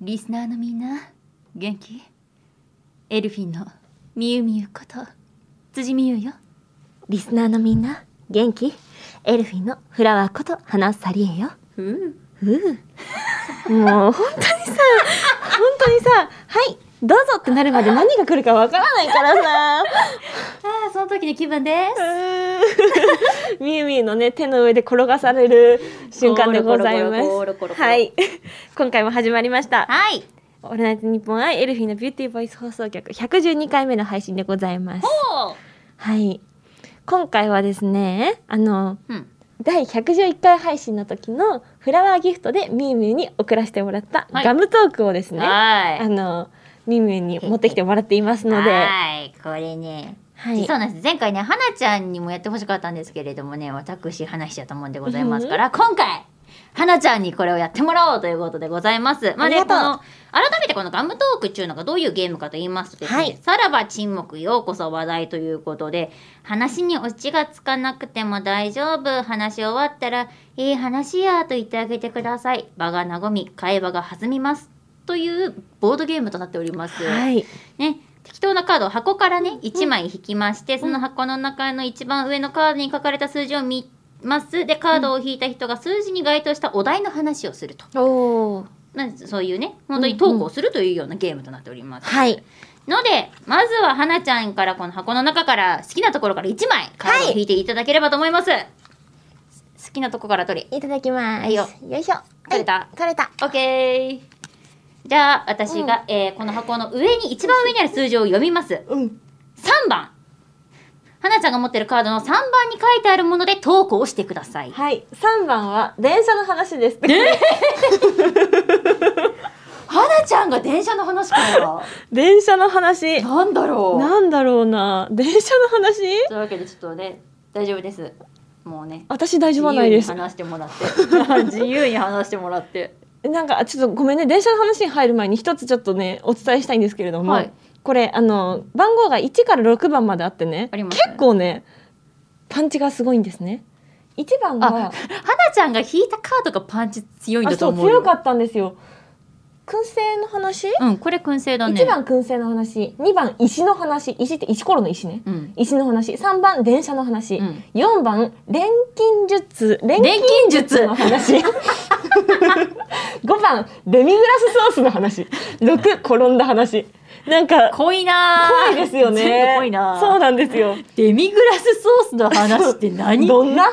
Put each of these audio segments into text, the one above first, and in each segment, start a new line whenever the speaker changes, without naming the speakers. リスナーのみんな元気エルフィンのみゆみゆこと辻みゆよ
リスナーのみんな元気エルフィンのフラワーこと花サリエよ
ふう
ううもう本当にさ本当にさはいどうぞってなるまで何が来るかわからないからさ
ああその時の気分です
うーんみゆみゆのね手の上で転がされる瞬間でございます
コロコロコロコロコロコロ
はい今回も始まりました
はい
「オールナイトニッポンアイエルフィンのビューティーボイス放送局」112回目の配信でございます
お
はい今回はですねあの
うん
第111回配信の時のフラワーギフトでみゆみゆに送らせてもらった
はい
ガムトークをですね、
は
あのみゆみゆに持ってきてもらっています
い
ので、
はいこれね
はい
そうなんです前回ね花ちゃんにもやってほしかったんですけれどもね私話しちゃったもんでございますから、今回花ちゃんにこれをやってもらおうということでございます。まあね、
あり
こ
がと
の改めてこのガムトークっていうのがどういうゲームかと言いますとですね、
はい
さらば沈黙ようこそ話題ということで話にオチがつかなくても大丈夫話し終わったらいい話やと言ってあげてください場が和み会話が弾みますというボードゲームとなっております。
はい
ね、適当なカードを箱からね1枚引きまして、その箱の中の一番上のカードに書かれた数字を見ますでカードを引いた人が数字に該当したお題の話をすると、
おー
まあそういうね本当にトークをするというようなゲームとなっております、
はい
のでまずははなちゃんからこの箱の中から好きなところから1枚カードを引いていただければと思います、好きなとこから取り
いただきます、
はいよ
いしょ
取れた
はい取れた
OK じゃあ私が、えーこの箱の上に一番上にある数字を読みます
うん
3番はなちゃんが持ってるカードの3番に書いてあるもので投稿してください
はい三番は電車の話ですね
はなちゃんが電車の話か よ
電車の話
なんだろ
なんだろうな電車の話
というわけでちょっとね大丈夫ですもうね
私大
自
丈夫はな
由
い
に
です
話してもらって 自由に話してもらって
なんかちょっとごめんね電車の話に入る前に一つちょっとねお伝えしたいんですけれども、
はい
これあの番号が1から6番まであってね
ありますね
結構ねパンチがすごいんですね。1番
あは
が
なちゃんが引いたカードがパンチ強いん
あ
だと
そう
思うよ
強かったんですよ。燻製の話、
うんこれ燻製だね
1番燻製の話2番石の話石って石ころの石ね、
うん
石の話3番電車の話、
うん
4番錬金術錬
錬金術
の話5番デミグラスソースの話6転んだ話なんか
濃いなー
怖いですよ
全
ね
部濃いなー
そうなんですよ
デミグラスソースの話って何
どんな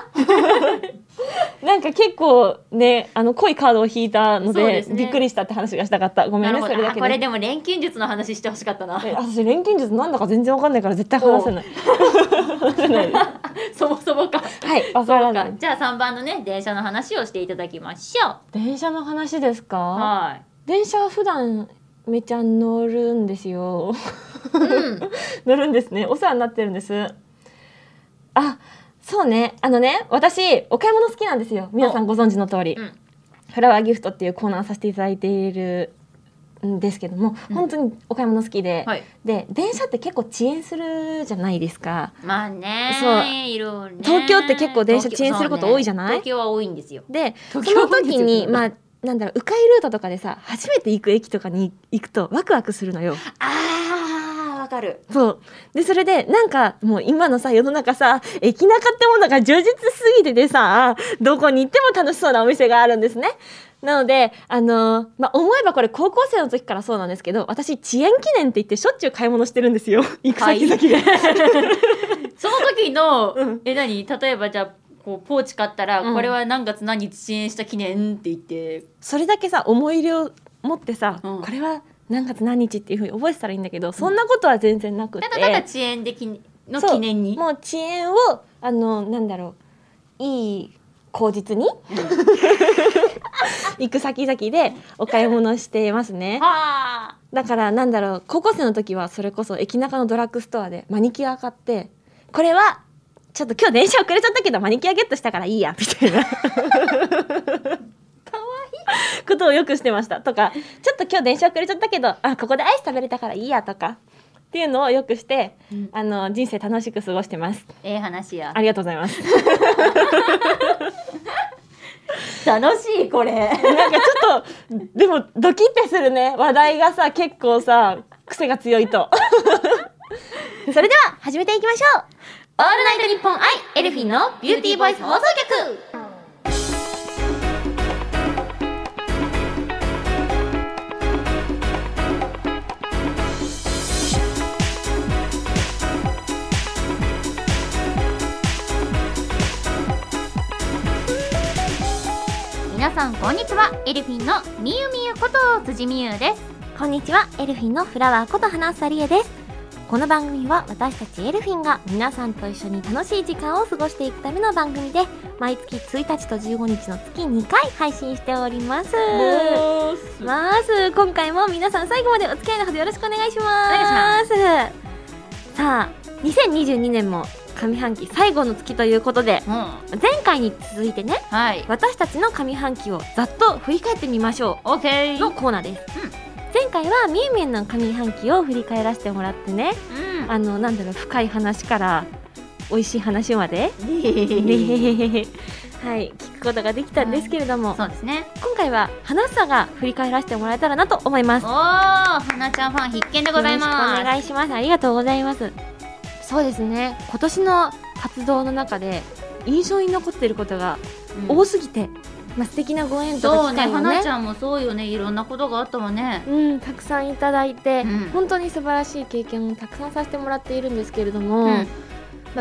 なんか結構ねあの濃いカードを引いたの
そうで
です
ね
びっくりしたって話がしたかったご
な
め
んるほ
ねそ
ど
れだ
あ
け
これ
で
でも錬金術の話してほしかったな
え私錬金術なんだか全然わかんないから絶対話せない話せないで
そもそもか。
すはいわからな
そ
いう
かじゃあ3番のね電車の話をしていただきましょ
電車の話です
う。
か
は
電車は普段めちゃ乗るんですよ
い。うん。
乗るんですねお世話になってるんですあそうねあのね私お買い物好きなんですよ皆さんご存知の通り、
うん
フラワーギフトっていうコーナーさせていただいているんですけども、
うん
本当にお買い物好きで、
はい。
で電車って結構遅延するじゃないですか
まあね。
そう
いろいろね。
東京って結構電車遅延すること多いじゃない
東京そうね東京は多いんですよ。
でそ
東京
の時に
あ
まあなんだろう迂回ルートとかでさ初めて行く駅とかに行くとワクワクするのよ
あーわかる。
そうでそれでなんかもう今のさ世の中さ駅ナカってものが充実すぎててさどこに行っても楽しそうなお店があるんですねなのであのーまあ思えばこれ高校生の時からそうなんですけど私遅延記念って言ってしょっちゅう買い物してるん ですよ行く先々で、
その時の、
うん
え何例えばじゃあこうポーチ買ったら、
うん
これは何月何日遅延した記念って言って。
それだけさ思い入れを持ってさ、
うん
これは何月何日っていうふうに覚えてたらいいんだけどそんなことは全然なくて、
ただただ遅延できの記念に。
もう遅延をあのなんだろういい口 実に行く先々でお買い物してますね
はあ。
だからなんだろう高校生の時はそれこそ駅中のドラッグストアでマニキュア買ってこれはちょっと今日電車遅れちゃったけどマニキュアゲットしたからいいやみたいな
かわいい。
ことをよくしてましたとかちょっと今日電車遅れちゃったけどあここでアイス食べれたからいいやとかっていうのをよくして、
うん
あの人生楽しく過ごしてます
ええ話や
あ。りがとうございます
楽しいこれ
なんかちょっとでもドキッてするね話題がさ結構さ癖が強いと
それでは始めていきましょうオールナイトニッポンアイエルフィンのビューティーボイス放送局皆さんこんにちはエルフィンのみゆみゆこと辻みゆです
こんにちは、エルフィンのフラワーこと花さりえです。この番組は私たちエルフィンが皆さんと一緒に楽しい時間を過ごしていくための番組で、毎月1日と15日の月2回配信しております。まず、今回も皆さん最後までお付き合いのほどよろしくお願いします。お願いします。さあ、2022年も上半期最後の月ということで、
うん
前回に続いてね、
はい
私たちの上半期をざっと振り返ってみましょう。
オッケー
のコーナーです、
うん
前回はみゆみゆの上半期を振り返らせてもらってね
うん
あのなんだろう深い話から美味しい話まで
そ
はい聞くことができたんですけれども、
うですね
今回は花さが振り返らせてもらえたらなと思います
おー花ちゃんファン必見でござい
よろしくお
ま
願いしますありがとうございますそうですね今年の活動の中で印象に残っていることが
す
多
うん
すぎて、まあ素敵なご縁と
そ
か
う
機
ね
会もね
花ちゃんもそうよねいろんなことがあったわね
うん、たくさんいただいて、
うん
本当に素晴らしい経験をたくさんさせてもらっているんですけれども、
うん
まあ、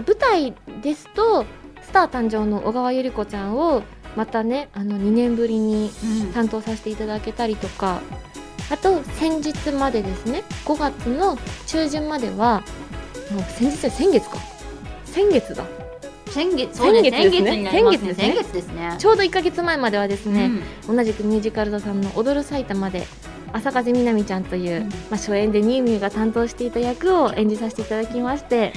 舞台ですとスター誕生の小川百合子ちゃんをまたねあの2年ぶりに
うん
担当させていただけたりとかあと先日までですね5月の中旬まではもう先日じゃ先月か先月だ
先月そうね
先月です
先月
ね
になりますね先
先
月ですね
ちょうど1ヶ月前まではですね、
うん
同じくミュージカル座さんの「踊る埼玉」で朝風みなみちゃんという、
うん
まあ、初演でニーミューが担当していた役を演じさせていただきまして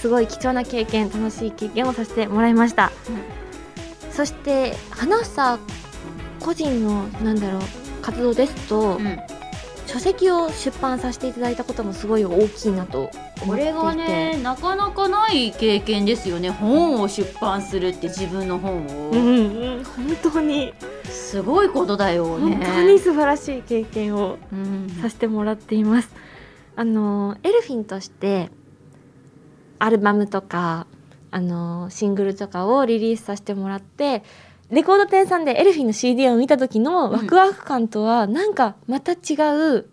すごい貴重な経験楽しい経験をさせてもらいました、そして花房個人のなんだろう活動ですと、
うん
書籍を出版させていただいたこともすごい大きいなと思
こ
って
れ
いて
がねなかなかない経験ですよね本を出版するって自分の本を、
うんうん本当に
すごいことだよね
本当に素晴らしい経験を
うん
させてもらっています。あのエルフィンとしてアルバムとかあのシングルとかをリリースさせてもらってレコード店さんでエルフィンの CD を見た時のワクワク感とはなんかまた違う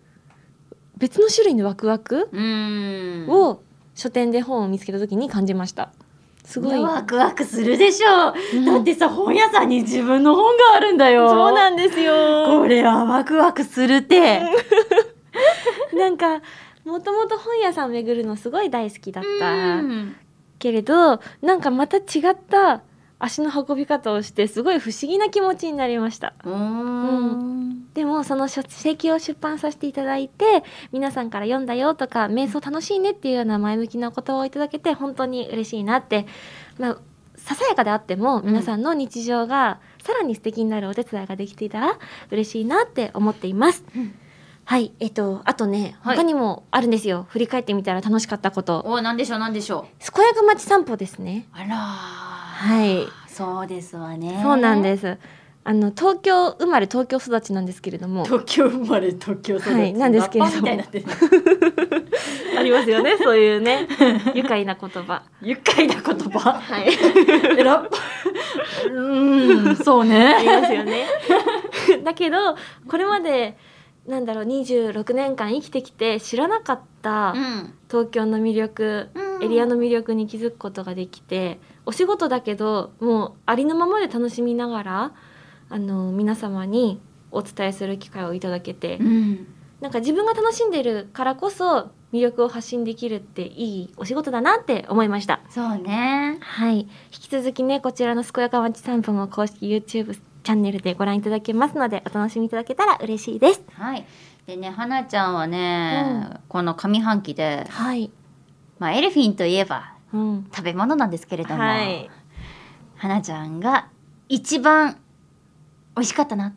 別の種類のワクワク
うん
を書店で本を見つけた時に感じました。すごい、
ワクワクするでしょう、
うん
だってさ本屋さんに自分の本があるんだよ
そうなんんですよ
これはワクワクするって、
なんかもともと本屋さん巡るのすごい大好きだった
うん
けれどなんかまた違った足の運び方をしてすごい不思議な気持ちになりました
うん
でもその書籍を出版させていただいて皆さんから読んだよとか瞑想楽しいねっていうような前向きなお言葉をいただけて本当に嬉しいなってまあささやかであっても皆さんの日常がさらに素敵になるお手伝いができていたら嬉しいなって思っています、
うん
はいえっとあとね
はい
他にもあるんですよ、振り返ってみたら楽しかったこと
おなんでしょうなんでしょう
健やか町散歩ですね
あらは
はい
そうですわね
そうなん
す
です。あの東京生まれ東京育ちなんですけれども、
東京生まれ東京育ち、
はいなんですけれども
ラッパーみたいになってる
ありますよ ね、そういうね、愉快な言葉。
愉快な言葉
はい、
えラッパーうーんそう
あります
ね
よね。 だけど、これまで、なんだろう、26年間生きてきて、知らなかった
ん、
東京の魅力。エリアの魅力に気づくことができてお仕事だけどもうありのままで楽しみながらあの皆様にお伝えする機会をいただけて
うん
なんか自分が楽しんでるからこそ魅力を発信できるっていいお仕事だなって思いました。
そうね
はい。引き続きね、こちらの健やか町散歩も公式 YouTube チャンネルでご覧いただけますので、お楽しみいただけたら嬉しいです。
はいでね花ちゃんはね、この上半期で、
はい。
まあ、エルフィンといえば
うん。
食べ物なんですけれども、
はい。
花ちゃんが一番美味しかったなっ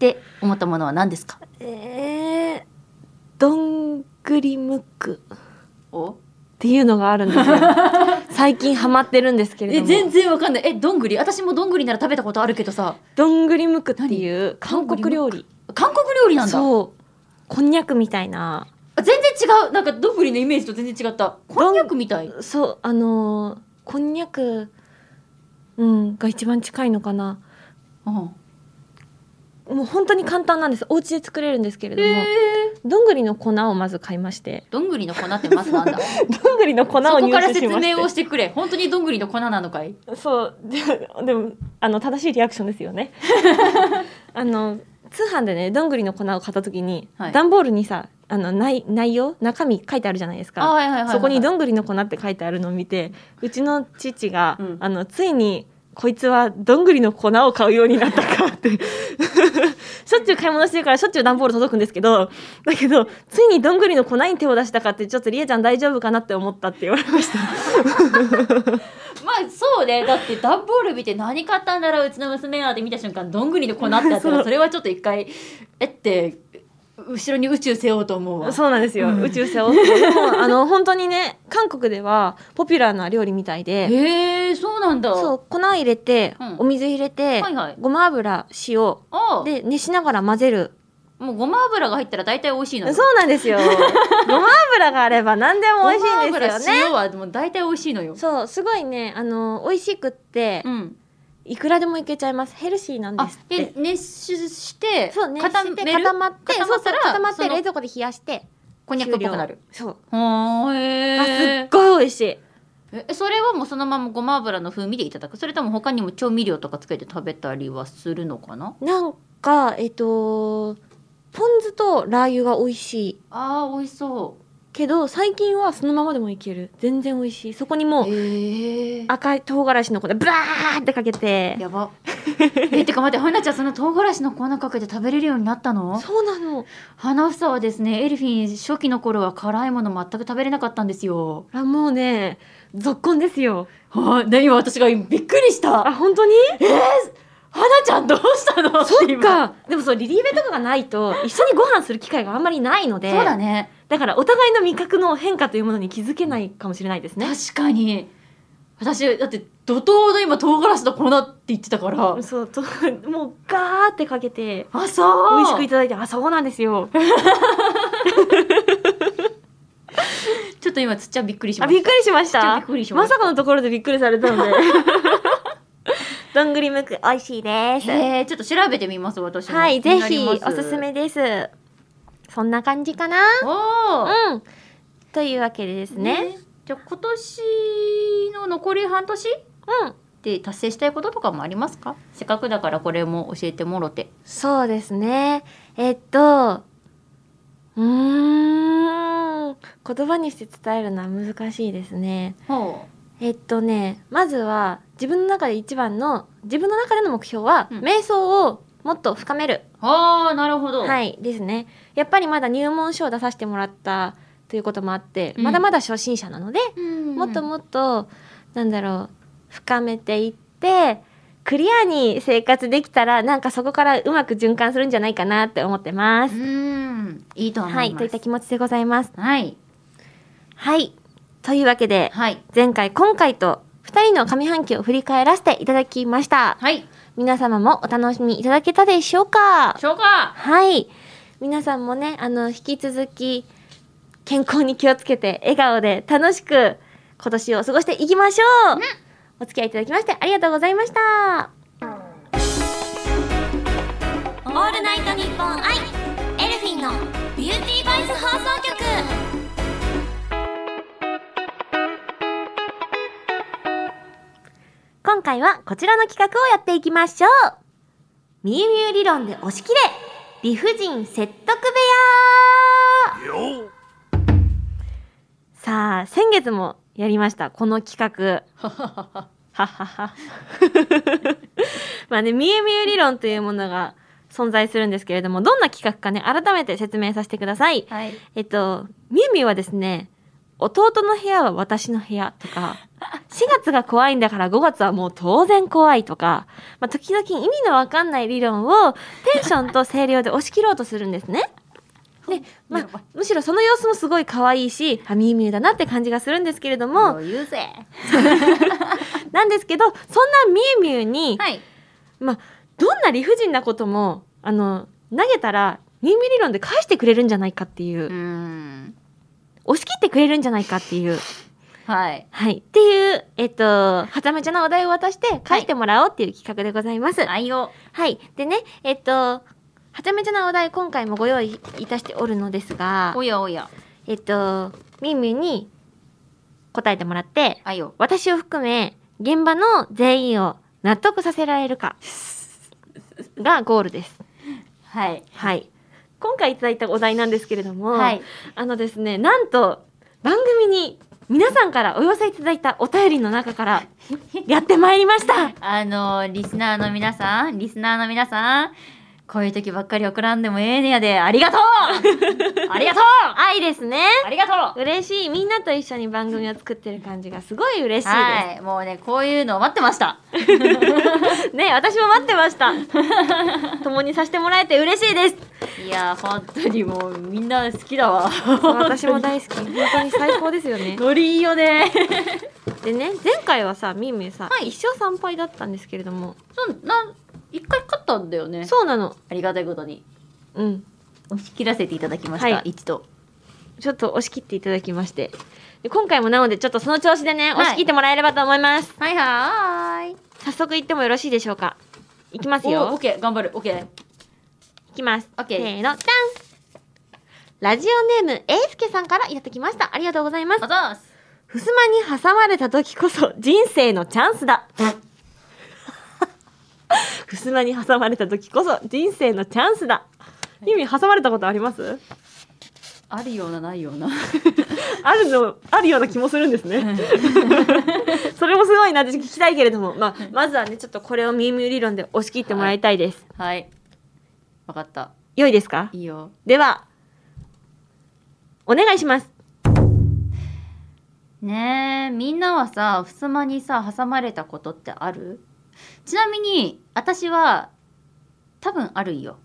て思ったものは何ですか
えー、どんぐりムック
お
っていうのがあるんですよ 最近ハマってるんですけれ
え
ども
全然わかんないえどんぐり私もどんぐりなら食べたことあるけどさ
どんぐりむくっていう韓国料理
韓国料理なんだ
そうこんにゃくみたいな
あ全然違うなんかどんぐりのイメージと全然違ったこんにゃくみたい
そうあのーこんにゃくうんが一番近いのかな
うん
もう本当に簡単なんですお家で作れるんですけれど
へ
も、
え
どんぐりの粉をまず買いまして
どんぐりの粉ってまずなん だそ
どんぐりの粉を入手し
こか
まし
ら
て
説明をしてくれ本当にどんぐりの粉なのかい
そうででもあの正しいリアクションですよ ねあの通販でねどんぐりの粉を買った時に、
はい
段ボールにさあの内内容中身書いてあるじゃないです
あ
か
はいはいはいはい
そこにどんぐりの粉って書いてあるのを見てうちの父が、
うん
あのついにこいつはどんぐりの粉を買うようになったかってしょっちゅう買い物してるからしょっちゅう段ボール届くんですけどだけどついにどんぐりの粉に手を出したかってちょっとりえちゃん大丈夫かなって思ったって言われました
まあそうねだって段ボール見て何買ったんだろううちの娘なんて見た瞬間どんぐりの粉ってあったら
そう
それはちょっと一回えって後ろに宇宙背負うと思うわ
そうなんですよ、
うん
宇宙背負ってでもあの本当にね韓国ではポピュラーな料理みたいで
へえそうなんだ
そう粉入れて、
うん
お水入れて、
はいはい
ごま油塩
ああ
で熱しながら混ぜる
もうごま油が入ったら大体美味しい
そ
の
うなんです よごま油があれば何でも美味しいんですよね
ごま油塩はもう大体美味しいのよ
そうすごいねあの美味しくって、
うん
いくらでもいけちゃいますヘルシーなんで
あ
すっ
で
て
熱しして
そうね
固
して
める
固まって
固まったら
そうそう固まっ
そ
て
の
冷蔵庫で冷やして
こんにゃくっぽくなる
そう、
はー
が
へ
すっごい美味しい
ーえそれはもうそのままごま油の風味でいただくそれとも他にも調味料とかつけて食べたりはするのかな
なんかえっとポン酢とラー油が美味しい
あー美味しそ
けど最近はそのままでもいける全然美味しいそこにも
う
う
へえ
赤い唐辛子の粉ブラーってかけて
やばえてか待ってはなちゃんその唐辛子の粉かけて食べれるようになったの
そうなの
花房はですねエルフィン初期の頃は辛いもの全く食べれなかったんですよ
あもうね続婚ですよ
はい、で今私がびっくりした
あ本当に
花ちゃんどうしたの
そ
って
っ
今
かでもそうリリーベとかがないと一緒にご飯する機会があんまりないので
そうだね
だからお互いの味覚の変化というものに気づけないかもしれないですね
確かに私だって怒涛の今唐辛子の粉って言ってたから
そうともうガーってかけて
あそう
美味しくいただいてあそうなんですよ
ちょっと今つっちゃんびっくりしま
あ
した
びっくりしまし
つっちゃ
た
んびっくりしま
ま
し
さ
た
かのところでびっくりされたので。 どんぐりむく美味しいです。
へえちょっと調べてみます私も
はい、
気に
ぜ
なり
ひ
ます
おすすめです。そんな感じかな。
おー
うん。というわけでですね。
ねじゃあ今年の残り半年
うん。
で達成したいこととかもありますかせっかくだからこれも教えてもろて
そうですね。えっと、うーん。言葉にして伝えるのは難しいですね。
ほう
えっとね、まずは自分の中で一番の自分の中での目標は、
うん
瞑想をもっと深める
ああなるほど
はいいですねやっぱりまだ入門書を出させてもらったということもあって、
うん
まだまだ初心者なので、も
も
っともっとなんだろう深めていってクリアに生活できたらなんかそこからうまく循環するんじゃないかなって思ってま
う
す。
んいいと思います
はいといった気持ちでございます。
はい
はいというわけで
はい
前回今回と2人の上半期を振り返らせていただきました。
はい
皆様もお楽しみいただけたでしょうか
消化
はい。皆さんもね、あの、引き続き、健康に気をつけて、笑顔で楽しく、今年を過ごしていきましょう、お付き合いいただきまして、ありがとうございました。
オールナイトニッポンアイエルフィンのビューティーバイス放送局
今回はこちらの企画をやっていきましょう。みゆみゆ理論で押し切れ理不尽説得部屋さあ、先月もやりました、この企画。 ははは。まあね、みゆみゆ理論というものが存在するんですけれども、どんな企画かね、改めて説明させてください。
はい
えっと、みゆみゆはですね、弟の部屋は私の部屋とか、4月が怖いんだから5月はもう当然怖いとか、まあ、時々意味のわかんない理論をテンションと声量で押し切ろうとするんですね。で、まあ、むしろその様子もすごい可愛いし、あ、みゆみゆだなって感じがするんですけれども、
余裕ぜ
なんですけど、そんなみゆみゆに、
はい
まあ、どんな理不尽なことも、あの、投げたら、みゆみゆ理論で返してくれるんじゃないかっていうう、
ん
押し切ってくれるんじゃないかっていう、
はい
はい、っていう、えっと、はためちゃなお題を渡して、返してもらおうっていう企画でございます。
愛用
はい。でね、えっと、はちゃめちゃなお題今回もご用意いたしておるのですが、
おやおや
えっと、みみに答えてもらって、
愛用
私を含め現場の全員を納得させられるかがゴールです。
はい
はい。今回いただいたお題なんですけれども、
はい
あのですね、なんと番組に皆さんからお寄せいただいたお便りの中 からやってまいりました。
あのリスナーの皆さんリスナーの皆さんこういう時ばっかり送らんでもええねやでありがとうありがとう
愛ですね。
ありがとう
嬉しい。みんなと一緒に番組を作ってる感じがすごい嬉しいです。
はいもうねこういうのを待ってました
ね、私も待ってま した。共にさせてもらえて嬉しいです。
いやー本当にもうみんな好きだわ
私も大好き。本当に最高です よね。
ノリいいよね
でね、前回はさ、みーみーさ、
はい
一生参拝だったんですけれども、
そうなん一回勝ったんだよね
そうなの。
ありがたいことに
うん。
押し切らせていただきました、
はい
一度
ちょっと押し切っていただきまして。で今回もなので、ちょっとその調子でね、
い
押し切ってもらえればと思います。
はいはーい
早速行ってもよろしいでしょうか。いきます
おオ
よ
ッ。ケー頑張るオッケー
いきます。
オッケー
せーの、じゃんラジオネーム、えいすけさんからいただきました。ありがとうございます
あ。ざーす
ふすまに挟まれた時こそ人生のチャン スだ。ふすまに挟まれた時こそ人生のチャンスだ。意味挟まれたことあります？
あるようなないような
あるのあるような気もするんですね。 それもすごいな私聞きたいけれども、まあまずはねちょっとこれをミーム理論で押し切ってもらいたいです。
はいわかった
良いですか？
いいよ
ではお願いします。
ねえみんなはさふすまにさ挟まれたことってあるちなみに私は多分あるよ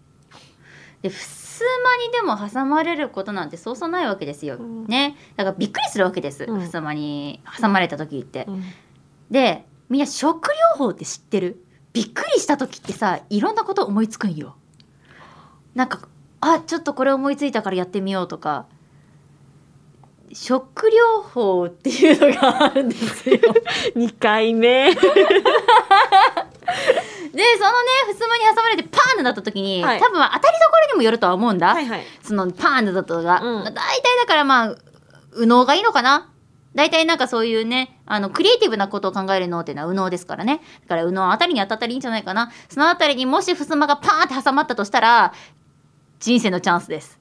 でふすまにでも挟まれることなんてそうそうないわけですよ、
ん
ねだからびっくりするわけです、
うん
ふすまに挟まれた時って、でみんなショック療法って知ってるびっくりした時ってさいろんなこと思いつくんよなんかあちょっとこれ思いついたからやってみようとかショック療法っていうのがあるん ですよでそのね
二回目。
ふすまに挟まれてパーンってなった時に、
はい
多分当たりどころにもよるとは思うんだ、
いはい。
そのパーンってだったのが、
うん
大体だからまあ右脳がいいのかな大体なんかそういうねあのクリエイティブなことを考える脳っていうのは右脳ですからねだから右脳あたりに当たったらいいんじゃないかなそのあたりにもし襖がパーンって挟まったとしたら人生のチャンスです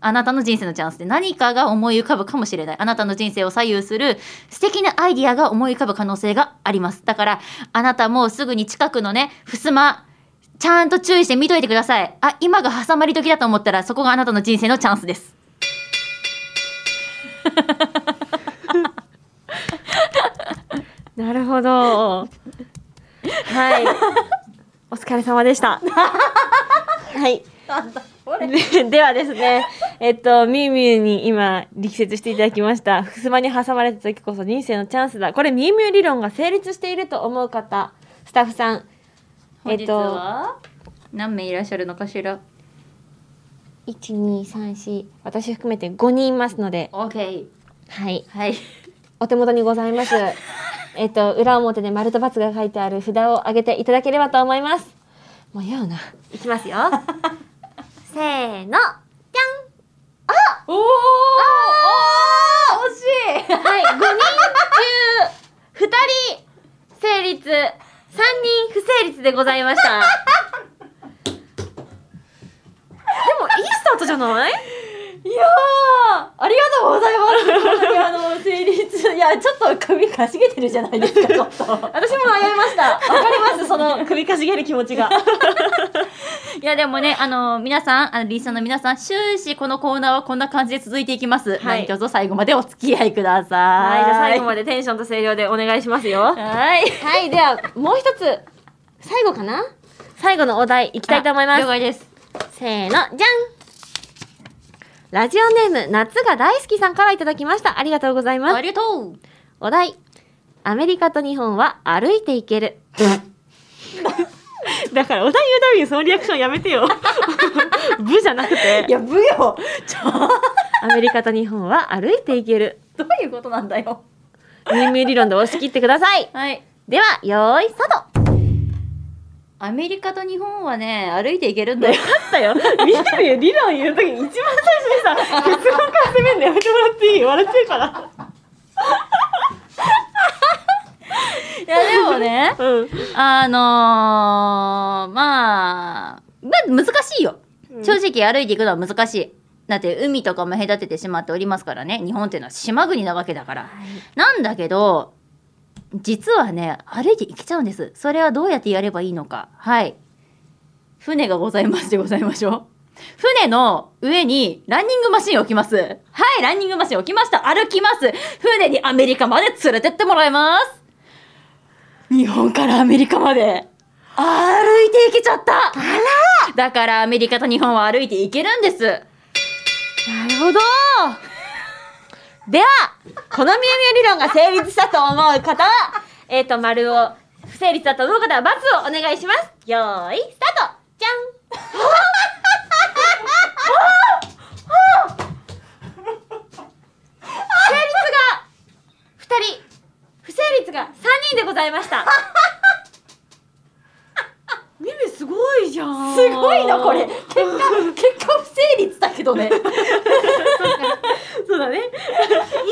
あなたの人生のチャンスで何かが思い浮かぶかもしれないあなたの人生を左右する素敵なアイディアが思い浮かぶ可能性がありますだからあなたもすぐに近くのね襖ちゃんと注意して見といてください。あ、今が挟まり時だと思ったら、そこがあなたの人生のチャンスです。
なるほど。はい。お疲れ様でした。はい。でではですね、えっと、みゆみゆに今、力説していただきました。ふすまに挟まれた時こそ人生のチャンスだ。これ、みゆみゆ理論が成立していると思う方、スタッフさん、え
本
っ
日
と、
は、何名いらっしゃるのかしら。
1、2、3、4、私含めて5人いますので、
OK。
はい。
はい。
お手元にござい ます。えっと、裏表で丸と×が書いてある札を上げていただければと思います。もうやうな。いきますよ。 せーの。
おお惜しい
はい、5人中2人成立、3人不成立でございました。 でも、いいスタートじゃない
いやーありがとうござい ます本当にあの成立いやちょっと首かしげてるじゃないですかちょっと
私も迷いました。わかります、その首かしげる気持 ちが。
いやでもね、あの皆さん、あのリスナーの皆さん、終始このコーナーはこんな感じで続いていきます。
はい
何卒最後までお付き合いくださ。
はいい、じゃあ最後までテンションと声量でお願いしますよ。
はい。
はい、ではもう一つ最後かな最後のお題いきたいと思いま
了
す
解です。
せーのじゃん
ラジオネーム夏が大好きさんからいただきましたありがとうございます
ありがとう
お題アメリカと日本は歩いていける
だからお題言うたびにそのリアクションやめ てよ部じゃなくて
いや武よちょ
アメリカと日本は歩いていける
どういうことなんだよ
人名理論で押し切ってください
はい
ではよーいスタート
アメリカと日本はね歩いていけるんだよ
ったよ。見てるよ、理論言うときに一番最初にさ、結論から攻めるのやめてもらっていい笑っちゃうから。
いやでもね
うん。
あのー、まあ、まあ、難しいよ。正直歩いていくのは難しい。だって海とかも隔ててしまっておりますからね。日本っていうのは島国なわけだから。なんだけど、実はね、歩いて行けちゃうんです。それはどうやってやればいいのか。はい。船がございますでございましょう。船の上にランニングマシンを置きます。はい、ランニングマシン置きました。歩きます。船にアメリカまで連れてってもらいます。日本からアメリカまで歩いていけちゃっただからアメリカと日本は歩いていけるんですなるほど
では、このみゆみゆ理論が成立したと思う方は、えっ、と、丸を、不成立だと思う方は、罰をお願いします。よーい、スタート
じゃん
二人、不成立が三人でございました。みみすごいじゃん。
すごいなこれ結果結果不成立だけどね
そうだね。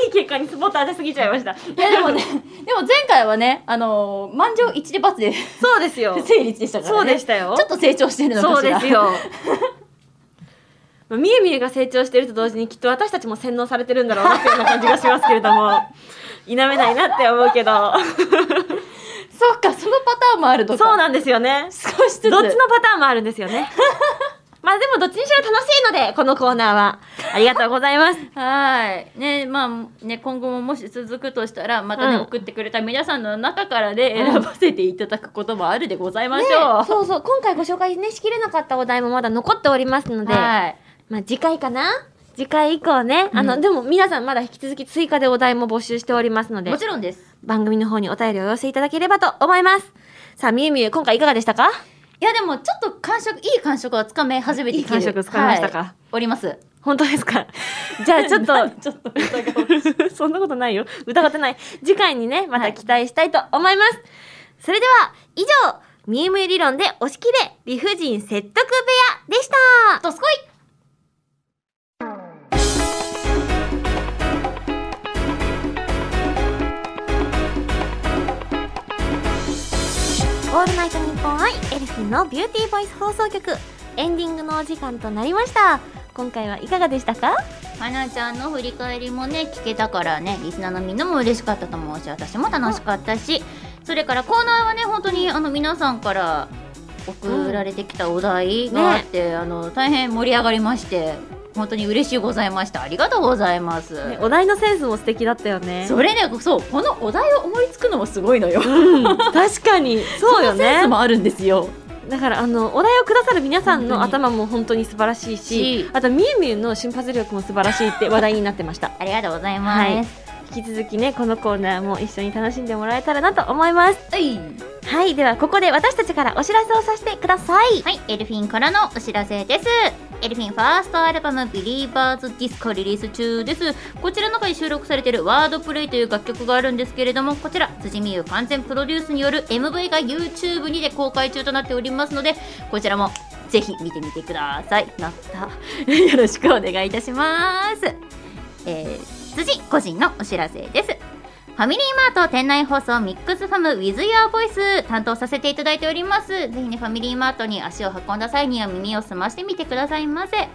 いい結果にスポット当てすぎ ちゃいました。
いやでもねでも前回はねあのー満場一致で罰で
そうですよ
不。成立でしたからね
そうでしたよ
ちょっと成長してるのかしら
そうですよ。 まあみゆみゆが成長してると同時にきっと私たちも洗脳されてるんだろうなっていうような感じがしますけれども 否めないなって思うけど
そっかそのパターンもあるとか
そうなんですよね
少しずつ
どっちのパターンもあるんです よねまあでもどっちにしろ楽しいのでこのコーナーはありがとうござ います
はいねまあね今後ももし続くとしたらまたね、
うん
送ってくれた皆さんの中からで、選ばせていただくこともあるでございましょう、
そうそう今回ご紹介ねしきれなかったお題もまだ残っておりますので、
はい
まあ次回かな次回以降ね、あ
う
の
ん
でも皆さんまだ引き続き追加でお題も募集しておりますので
もちろんです
番組の方にお便りをお寄せいただければと思いますさあみゆみゆ今回いかがでしたか
いやでもちょっと感触いい感触はつかめ始めてきてる
いい感触つかめましたか
はいおります
本当です かじゃあちょっと
ちょっと
そんなことないよ
疑ってない次回にねまた期待したいと思います、それでは以上みゆみゆ理論で押し切れ理不尽説得部屋でした
どすこい
オールナイトニッポンアイエルフィンのビューティーボイス放送局エンディングのお時間となりました今回はいかがでしたか
花ちゃんの振り返りもね聞けたからねリスナーのみんなも嬉しかったと思うし私も楽しかったし、それからコーナーはね本当にあの皆さんから送られてきたお題があって、あの大変盛り上がりまして本当に嬉しいございましたありがとうございます、
ねお題のセンスも素敵だったよね
それねそうこのお題を思いつくのもすごいのよ
うん確かにそ うよ
セン
ね
スもあるんですよ
だからあのお題をくださる皆さんの
本当
頭も本当に素晴らしいし
し
あとみゆみゆの瞬発力も素晴らしいって話題になってました
ありがとうございます、
はい引き続きねこのコーナーも一緒に楽しんでもらえたらなと思います
はい
はいではここで私たちからお知らせをさせてください
はい、エルフィンからのお知らせです。エルフィンファーストアルバム「ビリーバーズ・ディスコ」リリース中ですこちらの中に収録されている「ワードプレイ」という楽曲があるんですけれどもこちら辻美優完全プロデュースによる MV が YouTube にて公開中となっておりますのでこちらもぜひ見てみてくださいなったよろしくお願いいたしますえー、辻個人のお知らせですファミリーマート店内放送ミックスファム with your voice 担当させていただいております。ぜひね、ファミリーマートに足を運んだ際には耳を澄ましてみてくださいませ。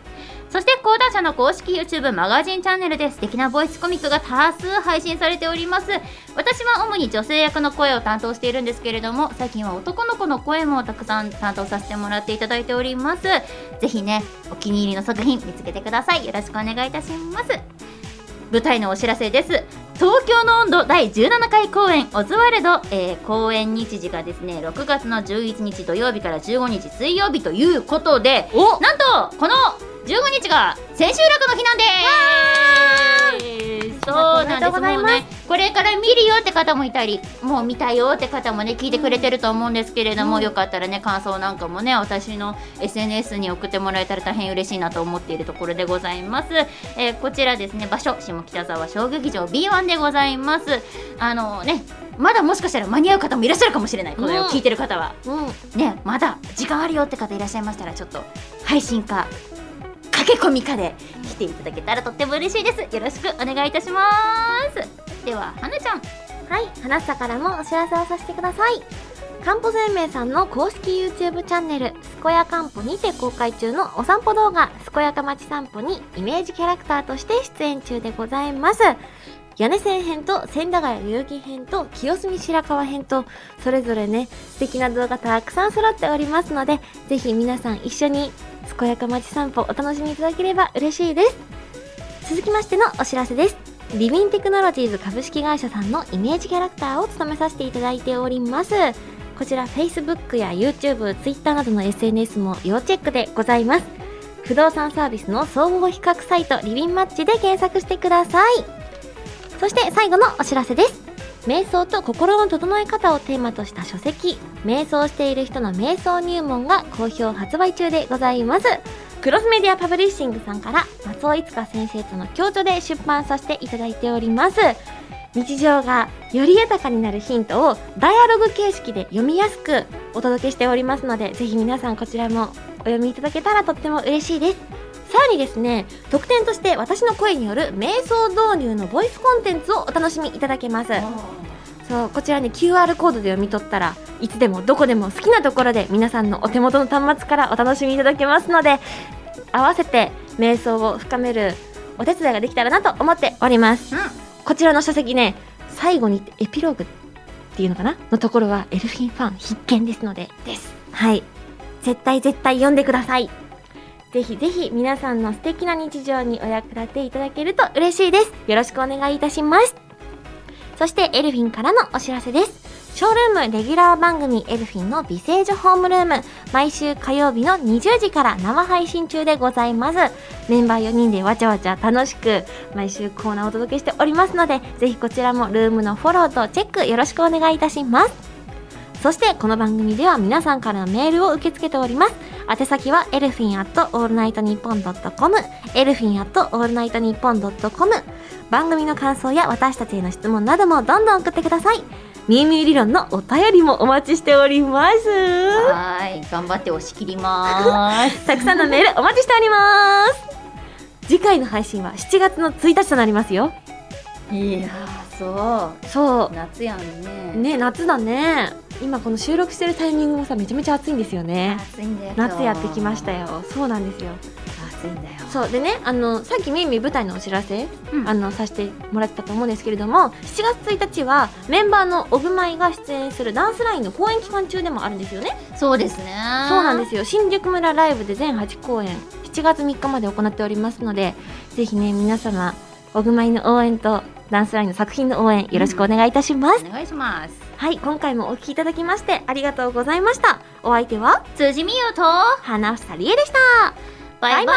そして、講談社の公式 YouTube マガジンチャンネルで素敵なボイスコミックが多数配信されております。私は主に女性役の声を担当しているんですけれども、最近は男の子の声もたくさん担当させてもらっていただいております。ぜひね、お気に入りの作品見つけてください。よろしくお願いいたします。舞台のお知らせです東京の温度第17回公演オズワルド、えー公演日時がですね6月の11日土曜日から15日水曜日ということで
お
なんとこの15日が先千秋楽の日なんですそうなんです
おめでとうござい
もう
ます
ねこれから見るよって方もいたりもう見たよって方もね聞いてくれてると思うんですけれども、よかったらね感想なんかもね私の SNS に送ってもらえたら大変嬉しいなと思っているところでございます、えーこちらですね場所下北沢小劇場 B1 でございますあのねまだもしかしたら間に合う方もいらっしゃるかもしれないこれを聞いてる方は、ねまだ時間あるよって方いらっしゃいましたらちょっと配信か駆け込みかで来ていただけたらとっても嬉しいですよろしくお願いいたしますでははなちゃん
はい、花さからもお知らせをさせてください。かんぽ生命さんの公式 YouTube チャンネル、すこやかんぽにて公開中のお散歩動画、すこやかまち散歩にイメージキャラクターとして出演中でございます。屋根線編と千駄ヶ谷代々木編と清澄白河編と、それぞれね、素敵な動画たくさん揃っておりますので、ぜひ皆さん一緒に健やかまち散歩お楽しみいただければ嬉しいです。続きましてのお知らせです。ビビンテクノロジーズ株式会社さんのイメージキャラクターを務めさせていただいております。こちら Facebook や YouTube、Twitter などの SNS も要チェックでございます。不動産サービスの総合比較サイトリビンマッチで検索してください。そして最後のお知らせです。瞑想と心の整え方をテーマとした書籍、瞑想している人の瞑想入門が好評発売中でございます。クロスメディアパブリッシングさんから松尾いつか先生との共著で出版させていただいております日常がより豊かになるヒントをダイアログ形式で読みやすくお届けしておりますのでぜひ皆さんこちらもお読みいただけたらとっても嬉しいですさらにですね特典として私の声による瞑想導入のボイスコンテンツをお楽しみいただけますそうこちらに QR コードで読み取ったらいつでもどこでも好きなところで皆さんのお手元の端末からお楽しみいただけますので合わせて瞑想を深めるお手伝いができたらなと思っております、
うん
こちらの書籍ね最後にエピローグっていうのかなのところはエルフィンファン必見ですのでですはい絶対絶対読んでくださいぜひぜひ皆さんの素敵な日常にお役立ていただけると嬉しいですよろしくお願いいたしますそしてエルフィンからのお知らせです。ショールームレギュラー番組エルフィンの美声女ホームルーム、毎週火曜日の20時から生配信中でございます。メンバー4人でわちゃわちゃ楽しく毎週コーナーをお届けしておりますので、ぜひこちらもルームのフォローとチェックよろしくお願いいたします。そしてこの番組では皆さんからのメールを受け付けております。宛先はエルフィンアットオールナイトニッポンドットコム、エルフィンアットオールナイトニッポンドットコム、番組の感想や私たちへの質問などもどんどん送ってください。みゆみゆ理論のお便りもお待ちしております。
はーい頑張って押し切ります
たくさんのメールお待ちしております。次回の配信は7月の1日となりますよ。
いやーそ
そう
夏やんね
う。ね、夏だね。今この収録してるタイミングもさ、めちゃめちゃ暑いんですよね。
暑いんだよ
夏やってきましたよ。そうなんですよ。
暑いんだよ
そうでねあのさっきみゆみゆ舞台のお知らせ、
うん
あのさせてもらってたと思うんですけれども7月1日はメンバーのオグマイが出演するダンスラインの公演期間中でもあるんですよね
そうですね
そうなんですよ新宿村ライブで全8公演7月3日まで行っておりますのでぜひね皆様オグマイの応援とダンスラインの作品の応援よろしくお願いいたします、
お願いします
はい今回もお聞きいただきましてありがとうございましたお相手は
辻美優と
花房理恵でした
バイバイ